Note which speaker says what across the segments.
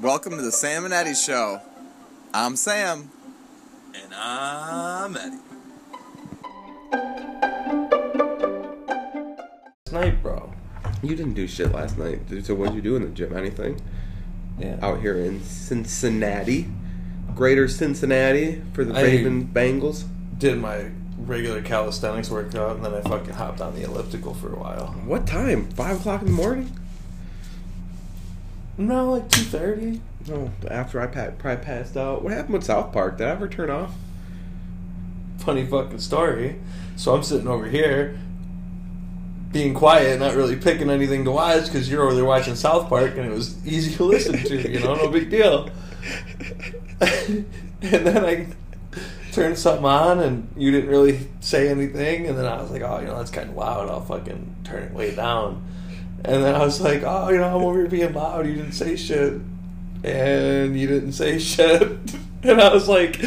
Speaker 1: Welcome to the Sam and Eddie Show. I'm Sam.
Speaker 2: And I'm Eddie.
Speaker 3: Last night, bro.
Speaker 4: You didn't do shit last night. dude. So what'd you do in the gym? Anything?
Speaker 3: Yeah.
Speaker 4: Out here in Cincinnati, Greater Cincinnati for the
Speaker 3: I-
Speaker 4: Ravens Bengals.
Speaker 3: Did my regular calisthenics workout, and then I fucking hopped on the elliptical for a while.
Speaker 4: What time? Five o'clock in the morning?
Speaker 3: No, like two thirty.
Speaker 4: No, after I pa- probably passed out. What happened with South Park? Did I ever turn off?
Speaker 3: Funny fucking story. So I'm sitting over here, being quiet, not really picking anything to watch because you're over there watching South Park, and it was easy to listen to. You know, no big deal. and then I turned something on, and you didn't really say anything. And then I was like, oh, you know, that's kind of loud. I'll fucking turn it way down. And then I was like, oh, you know, I'm over here being loud. You didn't say shit. And you didn't say shit. And I was like,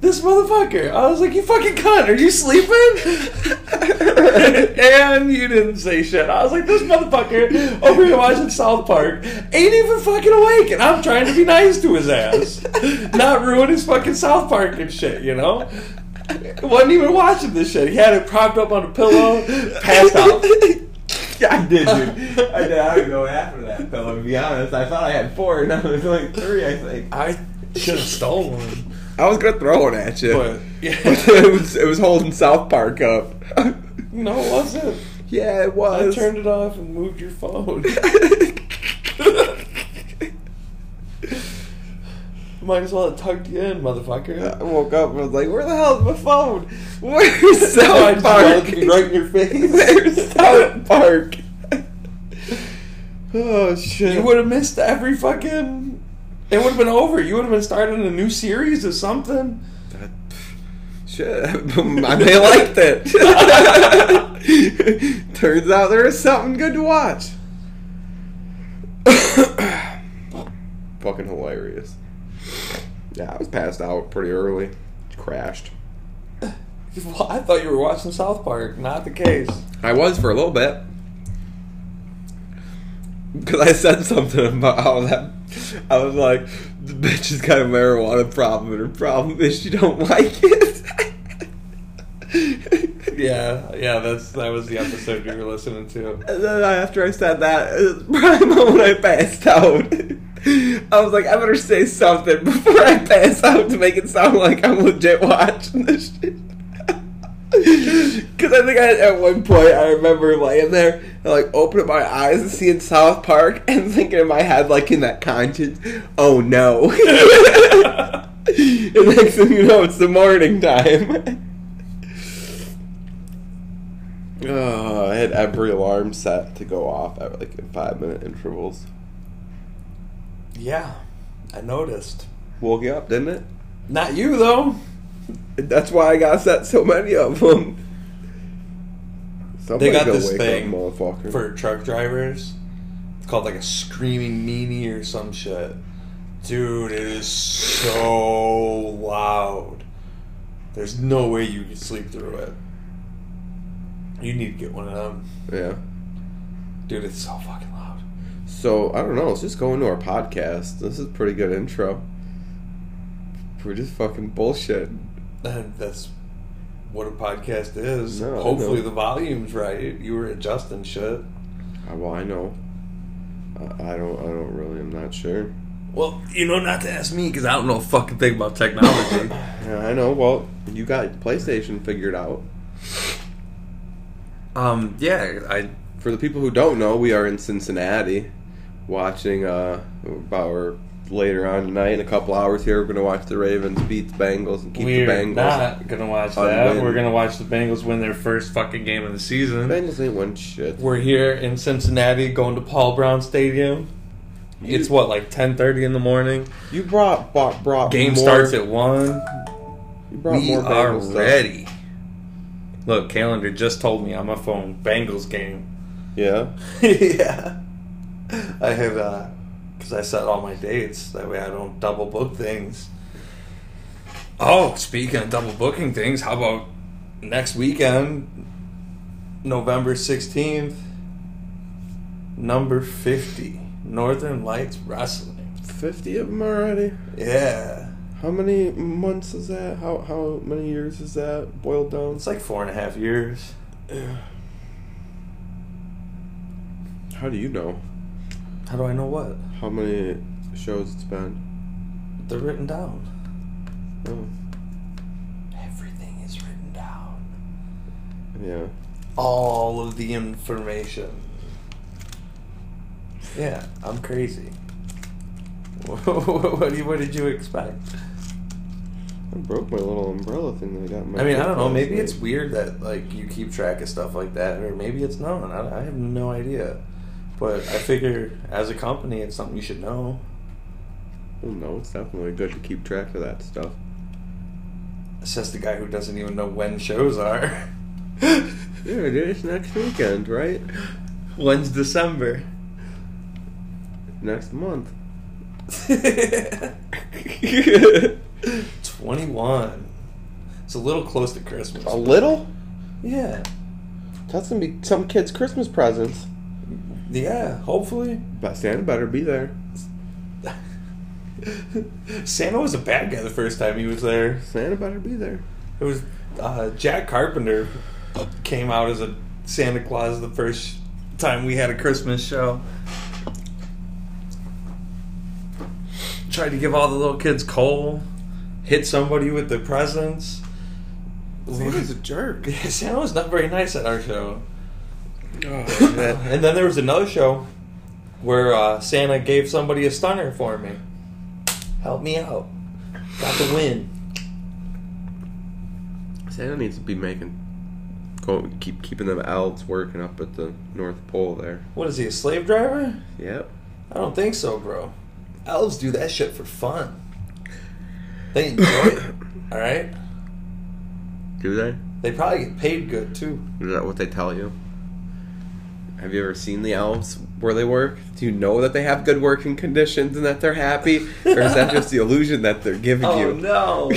Speaker 3: this motherfucker. I was like, you fucking cunt. Are you sleeping? and you didn't say shit. I was like, this motherfucker over here watching South Park ain't even fucking awake. And I'm trying to be nice to his ass. Not ruin his fucking South Park and shit, you know? Wasn't even watching this shit. He had it propped up on a pillow, passed out.
Speaker 4: I did, dude. I did. I would go after that pillow. To be honest, I thought I had four, now there's only three. I think.
Speaker 3: I should have stole one.
Speaker 4: I was gonna throw one at you,
Speaker 3: But
Speaker 4: it was it was holding South Park up.
Speaker 3: no, it wasn't.
Speaker 4: yeah, it
Speaker 3: I
Speaker 4: was.
Speaker 3: turned it off and moved your phone. Might as well have tucked you in,
Speaker 4: I
Speaker 3: motherfucker.
Speaker 4: woke up and I was like, "Where the hell is my phone? Where's South
Speaker 3: I'd
Speaker 4: Park?
Speaker 3: be right in your face.
Speaker 4: Where's South Park?" oh shit!
Speaker 3: You would have missed every fucking. It would have been over. You would have been starting a new series or something.
Speaker 4: shit. I may liked it. Turns out there is something good to watch. Fucking hilarious. Yeah, I was passed out pretty early. Crashed.
Speaker 3: Well, I thought you were watching South Park. Not the case.
Speaker 4: I was for a little bit. Because I said something about how that. I was like, the bitch has got a marijuana problem, and her problem is she don't like it.
Speaker 3: Yeah, yeah. That's that was the episode you were listening to.
Speaker 4: And then after I said that, it's probably the moment I passed out. I was like, I better say something before I pass out to make it sound like I'm legit watching this shit. Because I think I, at one point I remember laying there and like opening my eyes and seeing South Park and thinking in my head, like in that conscience, oh no. and next thing you know, it's the morning time. Oh, I had every alarm set to go off at like in five minute intervals.
Speaker 3: Yeah, I noticed.
Speaker 4: Woke you up, didn't it?
Speaker 3: Not you though.
Speaker 4: That's why I got set so many of them. Somebody's
Speaker 3: got
Speaker 4: gonna
Speaker 3: this
Speaker 4: wake
Speaker 3: thing
Speaker 4: up, motherfucker.
Speaker 3: for truck drivers. It's called like a screaming meanie or some shit. Dude, it is so loud. There's no way you can sleep through it. You need to get one of them.
Speaker 4: yeah.
Speaker 3: Dude, it's so fucking loud.
Speaker 4: So I don't know. Let's just go into our podcast. This is a pretty good intro. We're just fucking bullshit.
Speaker 3: And that's what a podcast is.
Speaker 4: No, I
Speaker 3: Hopefully
Speaker 4: know.
Speaker 3: the volume's right. You were adjusting shit.
Speaker 4: Uh, Well, I know. I, I don't. I don't really. I'm not sure.
Speaker 3: Well, you know not to ask me because I don't know a fucking thing about technology.
Speaker 4: Yeah, I know. Well, you got PlayStation figured out.
Speaker 3: um, yeah, I
Speaker 4: For the people who don't know, we are in Cincinnati watching uh about or later on tonight in a couple hours here we're gonna watch the Ravens beat the Bengals and keep
Speaker 3: We're
Speaker 4: the Bengals.
Speaker 3: not gonna watch
Speaker 4: on
Speaker 3: that.
Speaker 4: win.
Speaker 3: We're gonna watch the Bengals win their first fucking game of the
Speaker 4: The
Speaker 3: season.
Speaker 4: Bengals ain't won shit.
Speaker 3: We're here in Cincinnati, going to Paul Brown Stadium. It's what like ten thirty in the morning.
Speaker 4: You brought brought, brought
Speaker 3: Game
Speaker 4: more,
Speaker 3: starts at one.
Speaker 4: you brought
Speaker 3: We are
Speaker 4: Bengals stuff.
Speaker 3: ready. Look, calendar just told me on my phone Bengals game.
Speaker 4: Yeah.
Speaker 3: yeah, I have uh, because I set all my dates that way I don't double book things. Oh, speaking of double booking things, how about next weekend, November 16th, number 50, Northern Lights Wrestling.
Speaker 4: fifty of them already.
Speaker 3: Yeah.
Speaker 4: How many months is that? How how many years is that boiled down?
Speaker 3: It's like four and a half years.
Speaker 4: How do you know
Speaker 3: How do I know what?
Speaker 4: how many shows it's been?
Speaker 3: They're written down.
Speaker 4: Oh,
Speaker 3: Everything is written down.
Speaker 4: yeah.
Speaker 3: All of the information. Yeah, I'm crazy. what, do you, what did you expect?
Speaker 4: I broke my little umbrella thing that I got. In my
Speaker 3: I mean, I
Speaker 4: gift
Speaker 3: don't know.
Speaker 4: last
Speaker 3: Maybe
Speaker 4: night.
Speaker 3: it's weird that like you keep track of stuff like that, or maybe it's not. I, I have no idea. But I figure as a company, it's something you should know.
Speaker 4: Well, no, it's definitely good to keep track of that stuff.
Speaker 3: Says the guy who doesn't even know when shows are.
Speaker 4: Yeah, dude, it's next weekend, right?
Speaker 3: When's December?
Speaker 4: Next month.
Speaker 3: 21. It's a little close to Christmas.
Speaker 4: A little?
Speaker 3: Yeah.
Speaker 4: That's gonna be some kid's Christmas presents.
Speaker 3: Yeah, hopefully.
Speaker 4: But Santa better be there.
Speaker 3: Santa was a bad guy the first time he was there.
Speaker 4: Santa better be there.
Speaker 3: It was uh, Jack Carpenter came out as a Santa Claus the first time we had a Christmas show. Tried to give all the little kids coal, hit somebody with the presents.
Speaker 4: Santa's a jerk.
Speaker 3: Santa was not very nice at our show.
Speaker 4: Oh, man.
Speaker 3: And then there was another show where uh, Santa gave somebody a stunner for me. Help me out. Got the win.
Speaker 4: Santa needs to be making, go keep keeping them elves working up at the North Pole there.
Speaker 3: What is he, a slave driver?
Speaker 4: Yep.
Speaker 3: I don't think so, bro. Elves do that shit for fun. They enjoy it, alright?
Speaker 4: Do they?
Speaker 3: They probably get paid good too.
Speaker 4: Is that what they tell you? Have you ever seen the elves where they work? Do you know that they have good working conditions and that they're happy? Or is that just the illusion that they're giving
Speaker 3: Oh
Speaker 4: you?
Speaker 3: no!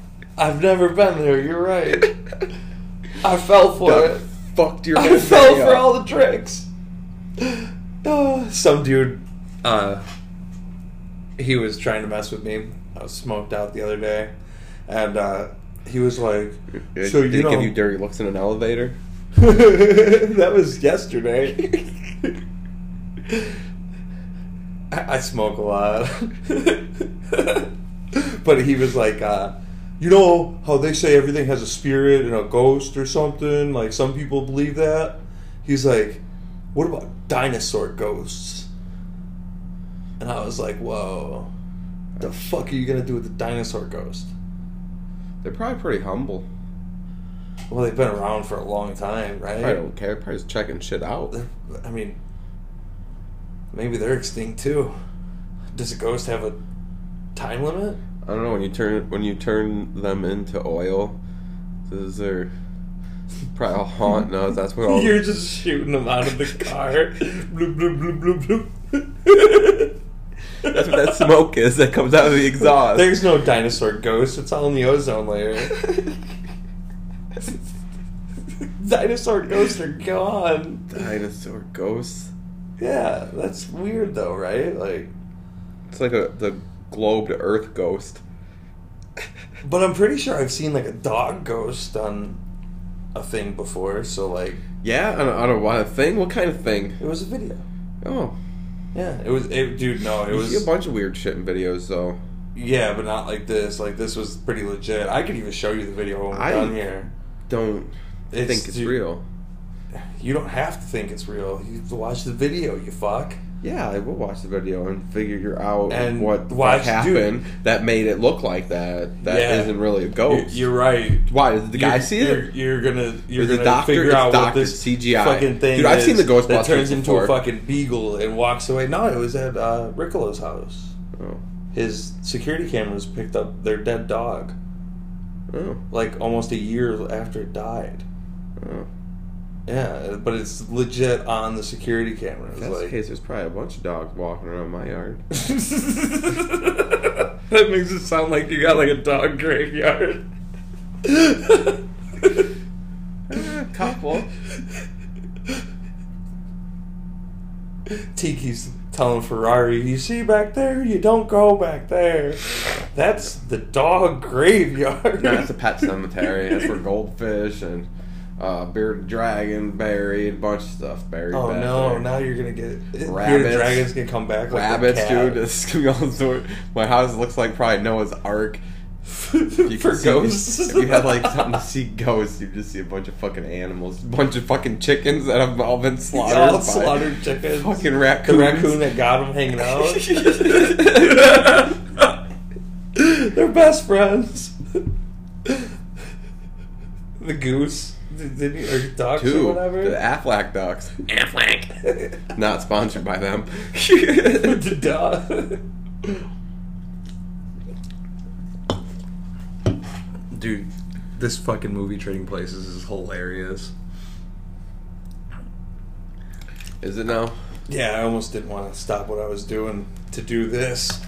Speaker 3: I've never been there, you're right. I fell for
Speaker 4: That
Speaker 3: it.
Speaker 4: fucked your
Speaker 3: I
Speaker 4: whole
Speaker 3: fell
Speaker 4: day
Speaker 3: for
Speaker 4: up.
Speaker 3: all the tricks. Uh, some dude, uh, he was trying to mess with me. I was smoked out the other day, and uh, he was like,
Speaker 4: Did,
Speaker 3: "So
Speaker 4: did
Speaker 3: you
Speaker 4: he
Speaker 3: know,
Speaker 4: give you dirty looks in an elevator?
Speaker 3: that was yesterday." I, I smoke a lot, but he was like, uh, "You know how they say everything has a spirit and a ghost or something? Like some people believe that." He's like, "What about dinosaur ghosts?" And I was like, "Whoa, the fuck are you gonna do with the dinosaur ghost?"
Speaker 4: They're probably pretty humble.
Speaker 3: Well, they've been around for a long time, right?
Speaker 4: I don't care. Probably just checking shit out.
Speaker 3: They're- I mean, maybe they're extinct too. Does a ghost have a time limit?
Speaker 4: I don't know when you turn when you turn them into oil. Those are probably all haunting us. That's what all.
Speaker 3: You're just shooting them out of the car. bloop, bloop, bloop, bloop, bloop.
Speaker 4: That's what that smoke is that comes out of the exhaust.
Speaker 3: There's no dinosaur ghost. It's all in the ozone layer. dinosaur ghosts are gone.
Speaker 4: Dinosaur ghosts.
Speaker 3: Yeah, that's weird though, right? Like,
Speaker 4: It's like a the globe to Earth ghost.
Speaker 3: but I'm pretty sure I've seen like a dog ghost on a thing before. So like,
Speaker 4: Yeah, on a, on a, on a thing. What kind of thing?
Speaker 3: it was a video.
Speaker 4: Oh,
Speaker 3: Yeah, it was. It, dude, no, it
Speaker 4: you see a
Speaker 3: was.
Speaker 4: bunch of weird shit in videos though.
Speaker 3: Yeah, but not like this. Like this was pretty legit. I could even show you the video when we're
Speaker 4: I-
Speaker 3: done here.
Speaker 4: Don't
Speaker 3: It's-
Speaker 4: think it's
Speaker 3: dude-
Speaker 4: real.
Speaker 3: You don't have to think it's real. You have to watch the video. You fuck.
Speaker 4: Yeah, I will watch the video and figure out
Speaker 3: And
Speaker 4: what,
Speaker 3: watch-
Speaker 4: what happened that made it look like that. That
Speaker 3: Yeah.
Speaker 4: not really a
Speaker 3: You-
Speaker 4: ghost.
Speaker 3: You're right.
Speaker 4: Why Oh. did the guy
Speaker 3: You're-
Speaker 4: see
Speaker 3: you're,
Speaker 4: it?
Speaker 3: You're gonna. You're
Speaker 4: There's a
Speaker 3: gonna
Speaker 4: doctor-
Speaker 3: figure
Speaker 4: it's
Speaker 3: out what
Speaker 4: doctored
Speaker 3: this
Speaker 4: CGI.
Speaker 3: fucking thing.
Speaker 4: Dude, I've
Speaker 3: is
Speaker 4: seen the Ghostbusters
Speaker 3: that turns into a
Speaker 4: before.
Speaker 3: fucking beagle and walks away. No, it was at uh, Riccolo's house.
Speaker 4: Oh,
Speaker 3: His security cameras picked up their dead dog,
Speaker 4: oh,
Speaker 3: like almost a year after it died.
Speaker 4: oh.
Speaker 3: Yeah, but it's legit on the security cameras.
Speaker 4: If that's the
Speaker 3: like,
Speaker 4: case, there's probably a bunch of dogs walking around my yard.
Speaker 3: that makes it sound like you got like a dog graveyard.
Speaker 4: Ah, Couple.
Speaker 3: Tiki's telling Ferrari, "You see back there? You don't go back there. That's the dog graveyard."
Speaker 4: No, it's a pet cemetery. That's where goldfish and uh, bearded dragon buried, a bunch of stuff buried.
Speaker 3: Oh
Speaker 4: back
Speaker 3: no!
Speaker 4: there.
Speaker 3: Now you're gonna get rabbits.
Speaker 4: Rabbits.
Speaker 3: Your dragons gonna come back. Like
Speaker 4: rabbits,
Speaker 3: a
Speaker 4: dude.
Speaker 3: cat.
Speaker 4: This is gonna be all sort. My house looks like probably Noah's Ark. You
Speaker 3: for
Speaker 4: could see-
Speaker 3: ghosts.
Speaker 4: If you had like something to see ghosts, you'd just see a bunch of fucking animals, a bunch of fucking chickens that have all been slaughtered.
Speaker 3: all
Speaker 4: by
Speaker 3: slaughtered chickens.
Speaker 4: Fucking
Speaker 3: the
Speaker 4: raccoons.
Speaker 3: raccoon that got them hanging out. They're best friends. the goose, did, did you, or ducks
Speaker 4: Two.
Speaker 3: or whatever.
Speaker 4: The Aflac ducks. Not sponsored by them.
Speaker 3: the dog. Dude, this fucking movie Trading Places is hilarious.
Speaker 4: Is it now?
Speaker 3: Yeah, I almost didn't want to stop what I was doing to do this.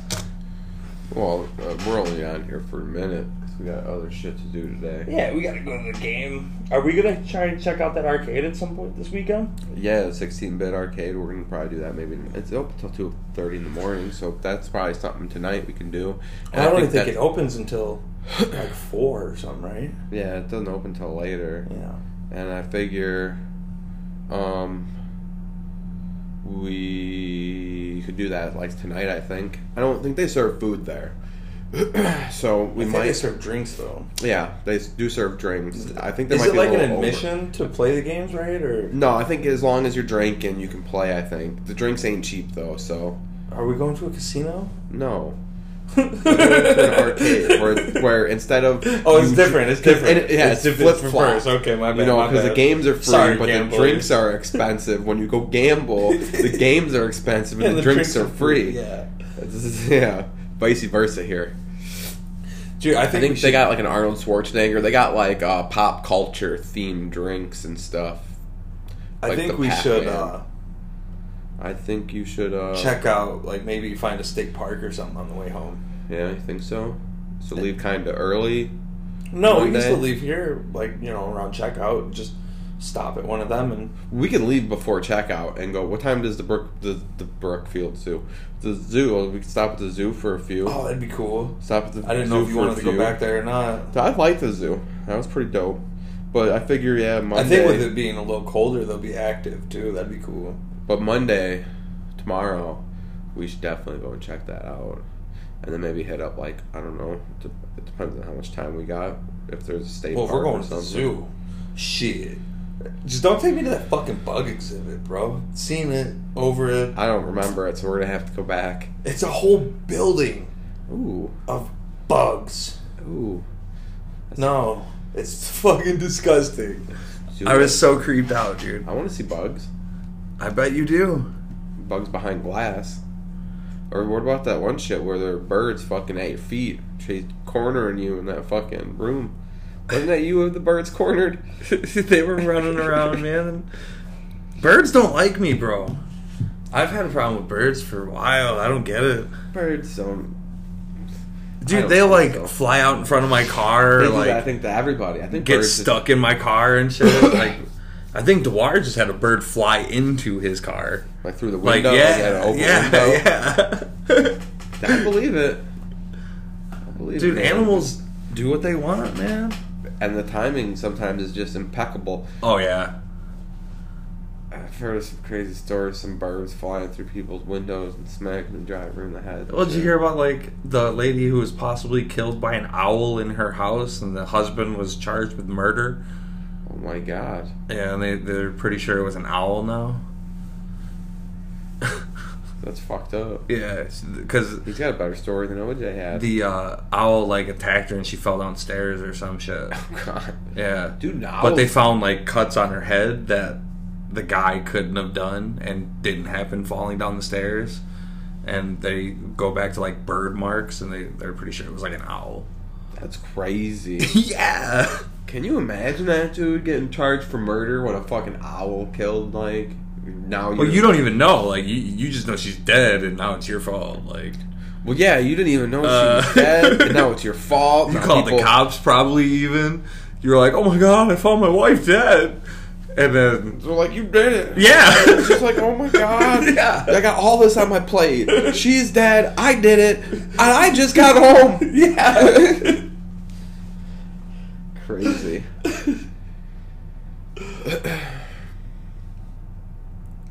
Speaker 4: Well, uh, we're only on here for a minute. 'cause We got other shit to do today.
Speaker 3: Yeah, we gotta go to the game. Are we gonna try and check out that arcade at some point this weekend?
Speaker 4: Yeah, the 16-bit arcade. We're gonna probably do that. Maybe it's open till two thirty in the morning, so that's probably something tonight we can do. And
Speaker 3: I don't think,
Speaker 4: that-
Speaker 3: it opens until like four or something, right?
Speaker 4: Yeah, it doesn't open till later,
Speaker 3: Yeah.
Speaker 4: and I figure, um, we could do that like tonight. I think. I don't think they serve food there, so we
Speaker 3: We might
Speaker 4: might.
Speaker 3: serve drinks though.
Speaker 4: yeah, they s- do serve drinks. I think there
Speaker 3: Is
Speaker 4: might
Speaker 3: it
Speaker 4: be
Speaker 3: like
Speaker 4: a
Speaker 3: an
Speaker 4: little over.
Speaker 3: admission to play the games, right? Or
Speaker 4: No, I think as long as you're drinking, you can play. I think the drinks ain't cheap though, so
Speaker 3: are we going to a casino?
Speaker 4: no. an arcade where, where instead of
Speaker 3: Oh, it's different. It's different.
Speaker 4: It, yeah, it's,
Speaker 3: diff-
Speaker 4: flip
Speaker 3: from
Speaker 4: flop.
Speaker 3: first. Okay, my bad.
Speaker 4: You know,
Speaker 3: because
Speaker 4: because the games are free,
Speaker 3: Sorry,
Speaker 4: but
Speaker 3: gamblers.
Speaker 4: the drinks are expensive. When you go gamble, the games are expensive, and, the, drinks, are free.
Speaker 3: Yeah,
Speaker 4: This is- yeah, vice versa here.
Speaker 3: dude. I think,
Speaker 4: I
Speaker 3: we
Speaker 4: think
Speaker 3: should,
Speaker 4: they got like an Arnold Schwarzenegger. They got like uh, pop culture themed drinks and stuff.
Speaker 3: I
Speaker 4: like
Speaker 3: think
Speaker 4: the
Speaker 3: we should uh,
Speaker 4: Pac-Man. I think you should uh,
Speaker 3: check out, like maybe find a state park or something on the way home.
Speaker 4: Yeah, I think so. So leave kind of early.
Speaker 3: No, we can
Speaker 4: Monday.
Speaker 3: still leave here, like you know, around checkout. and Just stop at one of them and
Speaker 4: We can leave before checkout and go. What time does the Brook the, the Brookfield Zoo? The zoo. well, We can stop at the zoo for a few.
Speaker 3: oh, that'd be cool.
Speaker 4: Stop at the.
Speaker 3: I didn't
Speaker 4: zoo
Speaker 3: know if you
Speaker 4: for a
Speaker 3: wanted to go
Speaker 4: few.
Speaker 3: back there or not.
Speaker 4: I like the zoo. That was pretty dope. But I figure, yeah,
Speaker 3: I
Speaker 4: Monday.
Speaker 3: think with it being a little colder, they'll be active too. That'd be cool.
Speaker 4: But Monday, tomorrow, we should definitely go and check that out, and then maybe hit up like I don't know. dep- It depends on how much time we got. If there's a state
Speaker 3: Well, if
Speaker 4: park
Speaker 3: we're
Speaker 4: or
Speaker 3: going to the
Speaker 4: something.
Speaker 3: zoo, shit. Just don't take me to that fucking bug exhibit, bro. Seen it, over it.
Speaker 4: I don't remember it, so we're gonna have to go back.
Speaker 3: It's a whole building
Speaker 4: Ooh,
Speaker 3: of bugs.
Speaker 4: ooh.
Speaker 3: No, it's fucking disgusting.
Speaker 4: Zoo
Speaker 3: I was so creeped out, dude.
Speaker 4: I want to see bugs.
Speaker 3: I bet you do.
Speaker 4: bugs behind glass. Or what about that one shit where there are birds fucking at your feet, chase cornering you in that fucking room? Wasn't that you of the birds cornered?
Speaker 3: they were running around, man. Birds don't like me, bro. I've had a problem with birds for a while. I don't get it.
Speaker 4: Birds don't. I
Speaker 3: Dude,
Speaker 4: don't
Speaker 3: they
Speaker 4: think
Speaker 3: like
Speaker 4: so.
Speaker 3: fly out in front of my car,
Speaker 4: They
Speaker 3: or,
Speaker 4: do that, I
Speaker 3: like
Speaker 4: think to everybody. I think
Speaker 3: get
Speaker 4: birds
Speaker 3: stuck in my car and shit. like, I think Dwyer just had a bird fly into his car.
Speaker 4: like through the
Speaker 3: Like,
Speaker 4: window.
Speaker 3: yeah,
Speaker 4: they had an open
Speaker 3: yeah,
Speaker 4: window.
Speaker 3: yeah.
Speaker 4: I believe it. I believe
Speaker 3: Dude,
Speaker 4: it, man.
Speaker 3: animals do what they want, man.
Speaker 4: and the timing sometimes is just impeccable.
Speaker 3: Oh yeah.
Speaker 4: I've heard of some crazy stories, some birds flying through people's windows and smacking the driver in the head.
Speaker 3: Well, did you hear about like the lady who was possibly killed by an owl in her house, and the husband was charged with murder?
Speaker 4: Oh my god.
Speaker 3: And they they're pretty sure it was an owl now.
Speaker 4: That's fucked up.
Speaker 3: Yeah, because
Speaker 4: He's got a better story than OJ had.
Speaker 3: the uh, owl like attacked her and she fell downstairs or some shit.
Speaker 4: God.
Speaker 3: Yeah,
Speaker 4: Dude, no.
Speaker 3: but they found like cuts on her head that the guy couldn't have done and didn't happen falling down the stairs. And they go back to like bird marks, and they they're pretty sure it was like an owl.
Speaker 4: That's crazy.
Speaker 3: yeah.
Speaker 4: Can you imagine that dude getting charged for murder when a fucking owl killed like now
Speaker 3: Well,
Speaker 4: you're-
Speaker 3: you don't even know. Like you, you just know she's dead, and now it's your fault. Like
Speaker 4: Well yeah, you didn't even know
Speaker 3: Uh.
Speaker 4: she was dead and now it's your fault.
Speaker 3: you
Speaker 4: Now
Speaker 3: called the
Speaker 4: people-
Speaker 3: cops, probably even. You're like, oh my god, I found my wife dead,
Speaker 4: And then
Speaker 3: They're like, you did it.
Speaker 4: Yeah.
Speaker 3: It's just like, oh my god.
Speaker 4: Yeah.
Speaker 3: I got all this on my plate. She's dead. I did it. And I just got home.
Speaker 4: Yeah. Crazy.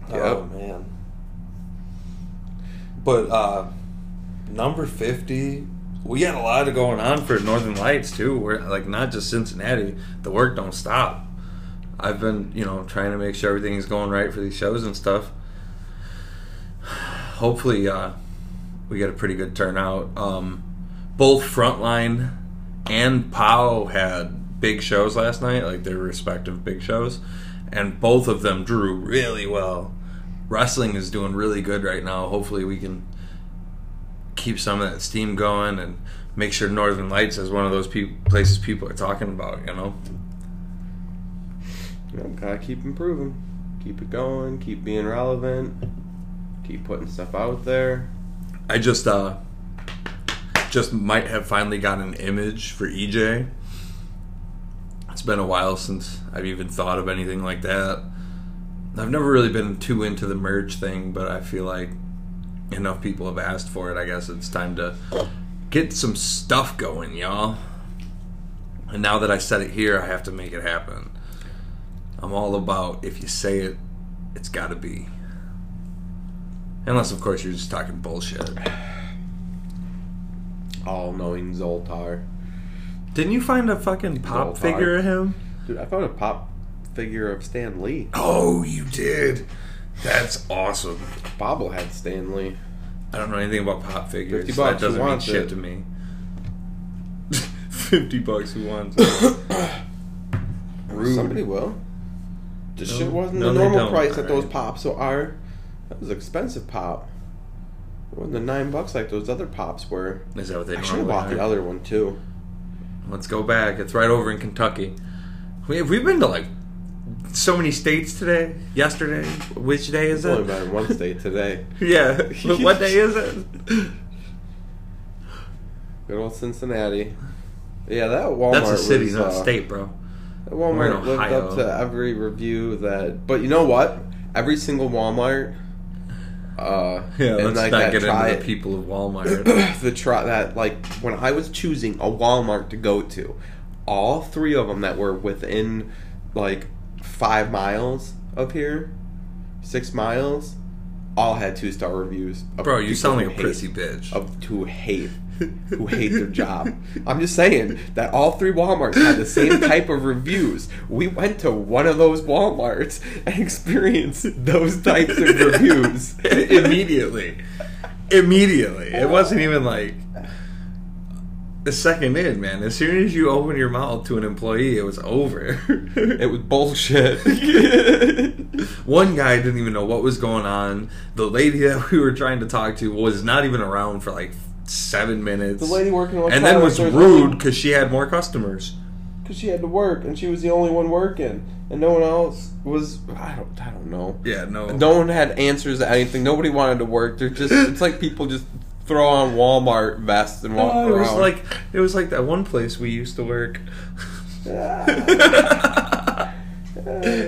Speaker 3: Oh man. But uh number fifty, we had a lot of going on for Northern Lights too. We're like not just Cincinnati. The work don't stop. I've been, you know, trying to make sure everything is going right for these shows and stuff. Hopefully, uh, we get a pretty good turnout. Um, both Frontline and Pow had big shows last night, like their respective big shows, and both of them drew really well. Wrestling is doing really good right now. Hopefully, we can keep some of that steam going and make sure Northern Lights is one of those peop places people are talking about. You know,
Speaker 4: You know, gotta keep improving. Keep it going. Keep being relevant. Keep putting stuff out there.
Speaker 3: I just uh, just might have finally got an image for EJ. It's been a while since I've even thought of anything like that. I've never really been too into the merge thing, but I feel like enough people have asked for it. I guess it's time to get some stuff going, y'all. And now that I said it here, I have to make it happen. I'm all about if you say it, it's got to be. Unless, of course, you're just talking bullshit.
Speaker 4: All knowing Zoltar.
Speaker 3: Didn't you find a fucking pop
Speaker 4: Goldfarb.
Speaker 3: figure of him?
Speaker 4: Dude, I found a pop figure of Stan Lee.
Speaker 3: Oh, you did. That's awesome.
Speaker 4: Bobblehead Stan Lee.
Speaker 3: I don't know anything about pop figures.
Speaker 4: 50
Speaker 3: that
Speaker 4: bucks, who
Speaker 3: doesn't mean
Speaker 4: wants
Speaker 3: shit
Speaker 4: it?
Speaker 3: to me. Fifty bucks. Who wants it? Rude.
Speaker 4: Somebody will. This
Speaker 3: No.
Speaker 4: shit wasn't
Speaker 3: No,
Speaker 4: the
Speaker 3: they
Speaker 4: normal
Speaker 3: don't.
Speaker 4: price that those
Speaker 3: Alright.
Speaker 4: pops so are. That was expensive pop. It wasn't the nine bucks like those other pops were.
Speaker 3: Is that what they
Speaker 4: I should
Speaker 3: normally
Speaker 4: have bought the
Speaker 3: are?
Speaker 4: other one too.
Speaker 3: Let's go back. It's right over in Kentucky. We have we been to like so many states today. Yesterday, which day
Speaker 4: It's
Speaker 3: is
Speaker 4: only been
Speaker 3: it?
Speaker 4: in one state today.
Speaker 3: yeah. But what day is it?
Speaker 4: Good old Cincinnati. Yeah, that Walmart.
Speaker 3: That's a city,
Speaker 4: was,
Speaker 3: not a
Speaker 4: uh,
Speaker 3: state, bro.
Speaker 4: That
Speaker 3: We're in
Speaker 4: Walmart lived
Speaker 3: Ohio.
Speaker 4: up to every review that. But you know what? Every single Walmart. Uh,
Speaker 3: Yeah,
Speaker 4: and,
Speaker 3: let's
Speaker 4: like,
Speaker 3: not
Speaker 4: that
Speaker 3: get
Speaker 4: try-
Speaker 3: into the people of Walmart.
Speaker 4: the try that like when I was choosing a Walmart to go to, all three of them that were within like five miles of here, six miles, all had two star reviews. of
Speaker 3: Bro, you
Speaker 4: people
Speaker 3: sound like
Speaker 4: who
Speaker 3: a
Speaker 4: hate-
Speaker 3: prissy bitch.
Speaker 4: Of who hate, who hate their job. I'm just saying that all three WalMarts had the same type of reviews. We went to one of those WalMarts and experienced those types of reviews.
Speaker 3: immediately. Immediately. It wasn't even like a second in, man. As soon as you open your mouth to an employee, it was over.
Speaker 4: It was bullshit.
Speaker 3: One guy didn't even know what was going on. The lady that we were trying to talk to was not even around for like seven minutes.
Speaker 4: The lady working on
Speaker 3: and then
Speaker 4: Tyler
Speaker 3: was
Speaker 4: Thursday
Speaker 3: rude
Speaker 4: night.
Speaker 3: because she had more customers.
Speaker 4: because she had to work and she was the only one working and no one else was i don't i don't know
Speaker 3: Yeah, no.
Speaker 4: no one had answers to anything nobody wanted to work they're just it's like people just throw on walmart vests and walk
Speaker 3: Oh, it was
Speaker 4: around
Speaker 3: like it was like that one place we used to work.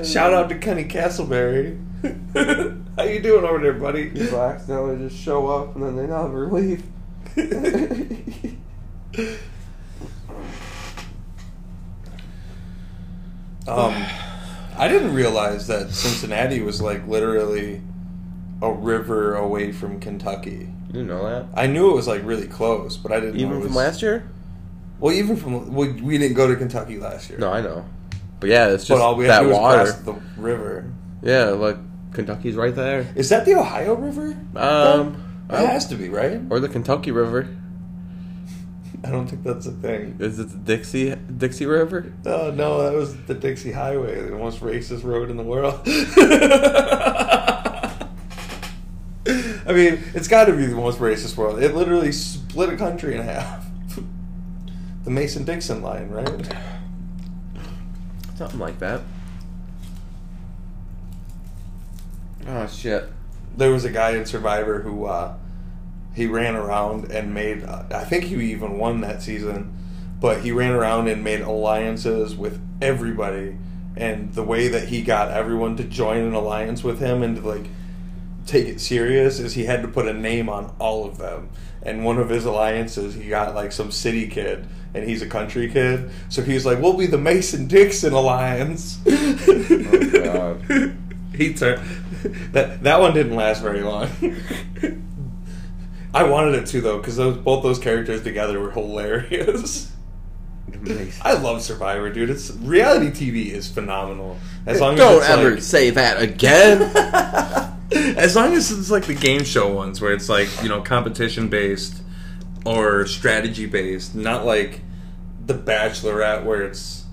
Speaker 3: Shout out to Kenny Castleberry. How you doing over there, buddy?
Speaker 4: people accidentally just show up and then they never leave
Speaker 3: Um, I didn't realize that Cincinnati was like literally a river away from Kentucky.
Speaker 4: you didn't know that
Speaker 3: I knew it was like really close, but I didn't. know
Speaker 4: even
Speaker 3: it
Speaker 4: from
Speaker 3: was-
Speaker 4: last year
Speaker 3: Well, even from we, we didn't go to Kentucky last year.
Speaker 4: no i know but yeah it's
Speaker 3: but
Speaker 4: just
Speaker 3: all we had
Speaker 4: that
Speaker 3: to do was
Speaker 4: water
Speaker 3: cross the river.
Speaker 4: yeah like kentucky's right there
Speaker 3: Is that the Ohio River?
Speaker 4: um oh,
Speaker 3: It has to be, right?
Speaker 4: or the kentucky river
Speaker 3: I don't think that's a thing.
Speaker 4: is it the dixie dixie river
Speaker 3: Oh no, that was the Dixie Highway, the most racist road in the world. I mean, it's got to be the most racist road. It literally split a country in half. The Mason Dixon line, right?
Speaker 4: Something like that. Oh shit.
Speaker 3: There was a guy in Survivor who uh, he ran around and made. Uh, I think he even won that season, but he ran around and made alliances with everybody and the way that he got everyone to join an alliance with him and to like take it serious is he had to put a name on all of them. And one of his alliances, he got like some city kid, and he's a country kid. So he's like, "We'll be the Mason Dixon alliance."
Speaker 4: Oh, God.
Speaker 3: he turned that that one didn't last very long. I wanted it to though, because those both those characters together were hilarious.
Speaker 4: Nice.
Speaker 3: I love Survivor, dude. It's reality TV is phenomenal. As long
Speaker 4: Don't
Speaker 3: as it's
Speaker 4: ever
Speaker 3: like,
Speaker 4: say that again.
Speaker 3: as long as it's like the game show ones where it's like you know competition based or strategy based, not like the Bachelorette where it's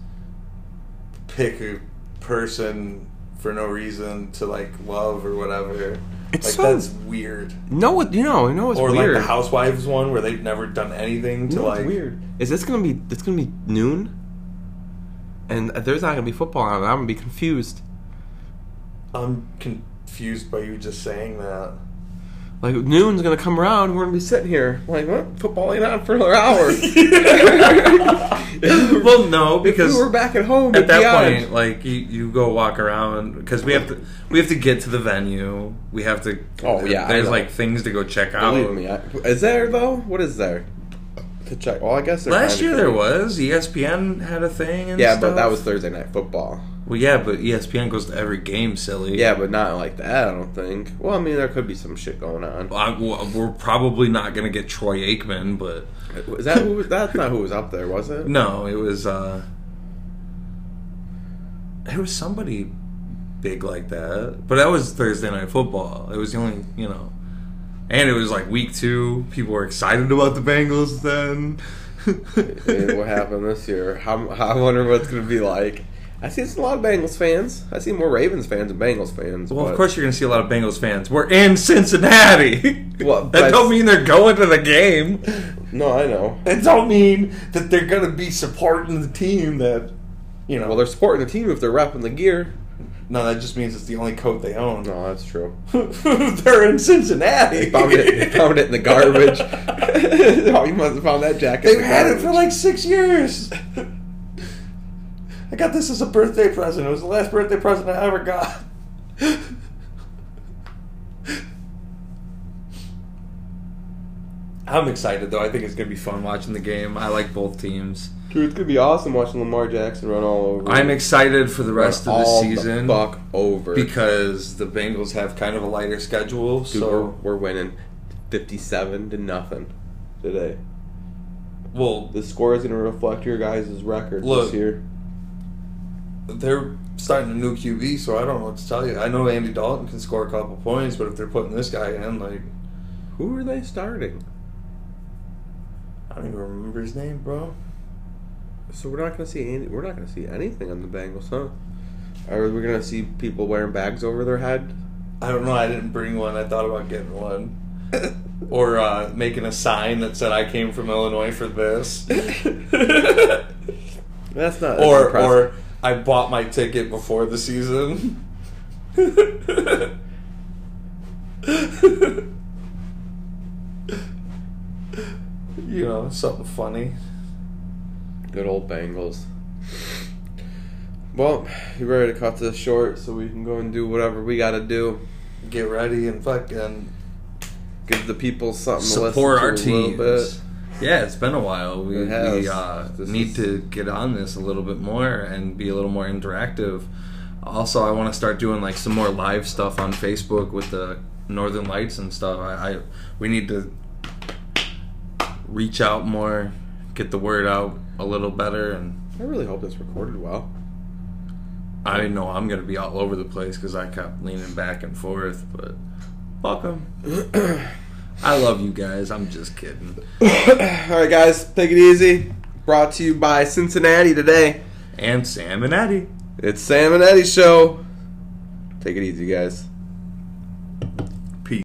Speaker 3: pick a person for no reason to like love or whatever.
Speaker 4: It's
Speaker 3: like
Speaker 4: so-
Speaker 3: that's weird.
Speaker 4: no, what you know, you know what's
Speaker 3: Or
Speaker 4: weird.
Speaker 3: like the Housewives one where they've never done anything
Speaker 4: You
Speaker 3: to
Speaker 4: know what's
Speaker 3: like
Speaker 4: weird. Is this gonna be? It's gonna be noon, and there's not gonna be football on. I'm gonna be confused.
Speaker 3: I'm confused by you just saying that.
Speaker 4: Like noon's gonna come around, we're gonna be sitting here like, what? Football ain't on for another hour.
Speaker 3: well, no, because
Speaker 4: we were back at home
Speaker 3: at that
Speaker 4: the
Speaker 3: point, like you, you go walk around because we have to we have to get to the venue. We have to.
Speaker 4: Oh, yeah, I
Speaker 2: there's
Speaker 4: know.
Speaker 2: like things to go check out.
Speaker 4: Believe me, I, is there though? What is there to check? Well, I guess they're
Speaker 2: Last
Speaker 4: trying
Speaker 2: year
Speaker 4: to-
Speaker 2: there was E ESPN had a thing. And
Speaker 4: Yeah, but
Speaker 2: stuff.
Speaker 4: that was Thursday night football.
Speaker 2: well, yeah, but E ESPN goes to every game, silly.
Speaker 4: Yeah, but not like that. I don't think. Well, I mean, there could be some shit going on.
Speaker 2: I, Uh, w- we're probably not gonna get Troy Aikman, but
Speaker 4: Is that who? Was, that's not who was up there, was it?
Speaker 2: no, it was uh, it was somebody big like that. But that was Thursday night football. It was the only you know, and it was like week two. People were excited about the Bengals then.
Speaker 4: Hey, what happened this year? How, I wonder what it's gonna be like. I see it's a lot of Bengals fans. I see more Ravens fans than Bengals fans.
Speaker 2: Well,
Speaker 4: but-
Speaker 2: of course you're going to see a lot of Bengals fans. We're in Cincinnati.
Speaker 4: Well,
Speaker 2: that
Speaker 4: but-
Speaker 2: don't mean they're going to the game.
Speaker 4: No, I know.
Speaker 3: It don't mean that they're gonna be supporting the team that you know.
Speaker 4: Well, they're supporting the team if they're wrapping the gear.
Speaker 3: no, that just means it's the only coat they own.
Speaker 4: No, that's true.
Speaker 3: they're in Cincinnati.
Speaker 4: They found it. They found it in the garbage. oh, you must have found that jacket. in
Speaker 3: They've
Speaker 4: the
Speaker 3: had it
Speaker 4: garbage.
Speaker 3: for like six years. I got this as a birthday present. It was the last birthday present I ever got.
Speaker 2: I'm excited though. I think it's going to be fun watching the game. I like both teams.
Speaker 4: Dude, it's gonna be awesome watching Lamar Jackson run all over.
Speaker 2: I'm excited for the rest of the
Speaker 4: all
Speaker 2: season
Speaker 4: fuck over.
Speaker 2: because the Bengals have kind of a lighter schedule.
Speaker 4: Dude, we're,
Speaker 2: so,
Speaker 4: we're winning, fifty-seven to nothing today.
Speaker 2: well,
Speaker 4: The score is gonna reflect your guys' record
Speaker 3: Look.
Speaker 4: this year.
Speaker 3: They're starting a new QB, so I don't know what to tell you. I know Andy Dalton can score a couple points, but if they're putting this guy in, like,
Speaker 4: Who are they starting?
Speaker 3: I don't even remember his name, bro.
Speaker 4: So we're not gonna see any, we're not gonna see anything on the Bengals, huh? Are we gonna see people wearing bags over their head?
Speaker 3: I don't know. I didn't bring one. I thought about getting one. or uh, making a sign that said, I came from Illinois for this.
Speaker 4: That's not. that's
Speaker 3: or,
Speaker 4: impressive.
Speaker 3: or I bought my ticket before the season. you know, something funny.
Speaker 4: good old Bengals. Well, you ready to cut this short so we can go and do whatever we gotta do.
Speaker 3: Get ready and fucking.
Speaker 4: Give the people something
Speaker 2: support
Speaker 4: to
Speaker 2: our
Speaker 4: listen to a little
Speaker 2: teams. Yeah, it's been a while. We,
Speaker 4: It has.
Speaker 2: we uh,
Speaker 4: This
Speaker 2: need
Speaker 4: is-
Speaker 2: to get on this a little bit more and be a little more interactive. Also, I want to start doing like some more live stuff on Facebook with the Northern Lights and stuff. I, I we need to reach out more, get the word out a little better, and
Speaker 4: bit. I really hope this recorded well.
Speaker 2: I know I'm gonna be all over the place because I kept leaning back and forth. But welcome. I love you guys. I'm just kidding.
Speaker 4: All right, guys, take it easy. Brought to you by Cincinnati today.
Speaker 2: And Sam and Eddie.
Speaker 4: It's Sam and Eddie show. Take it easy, guys.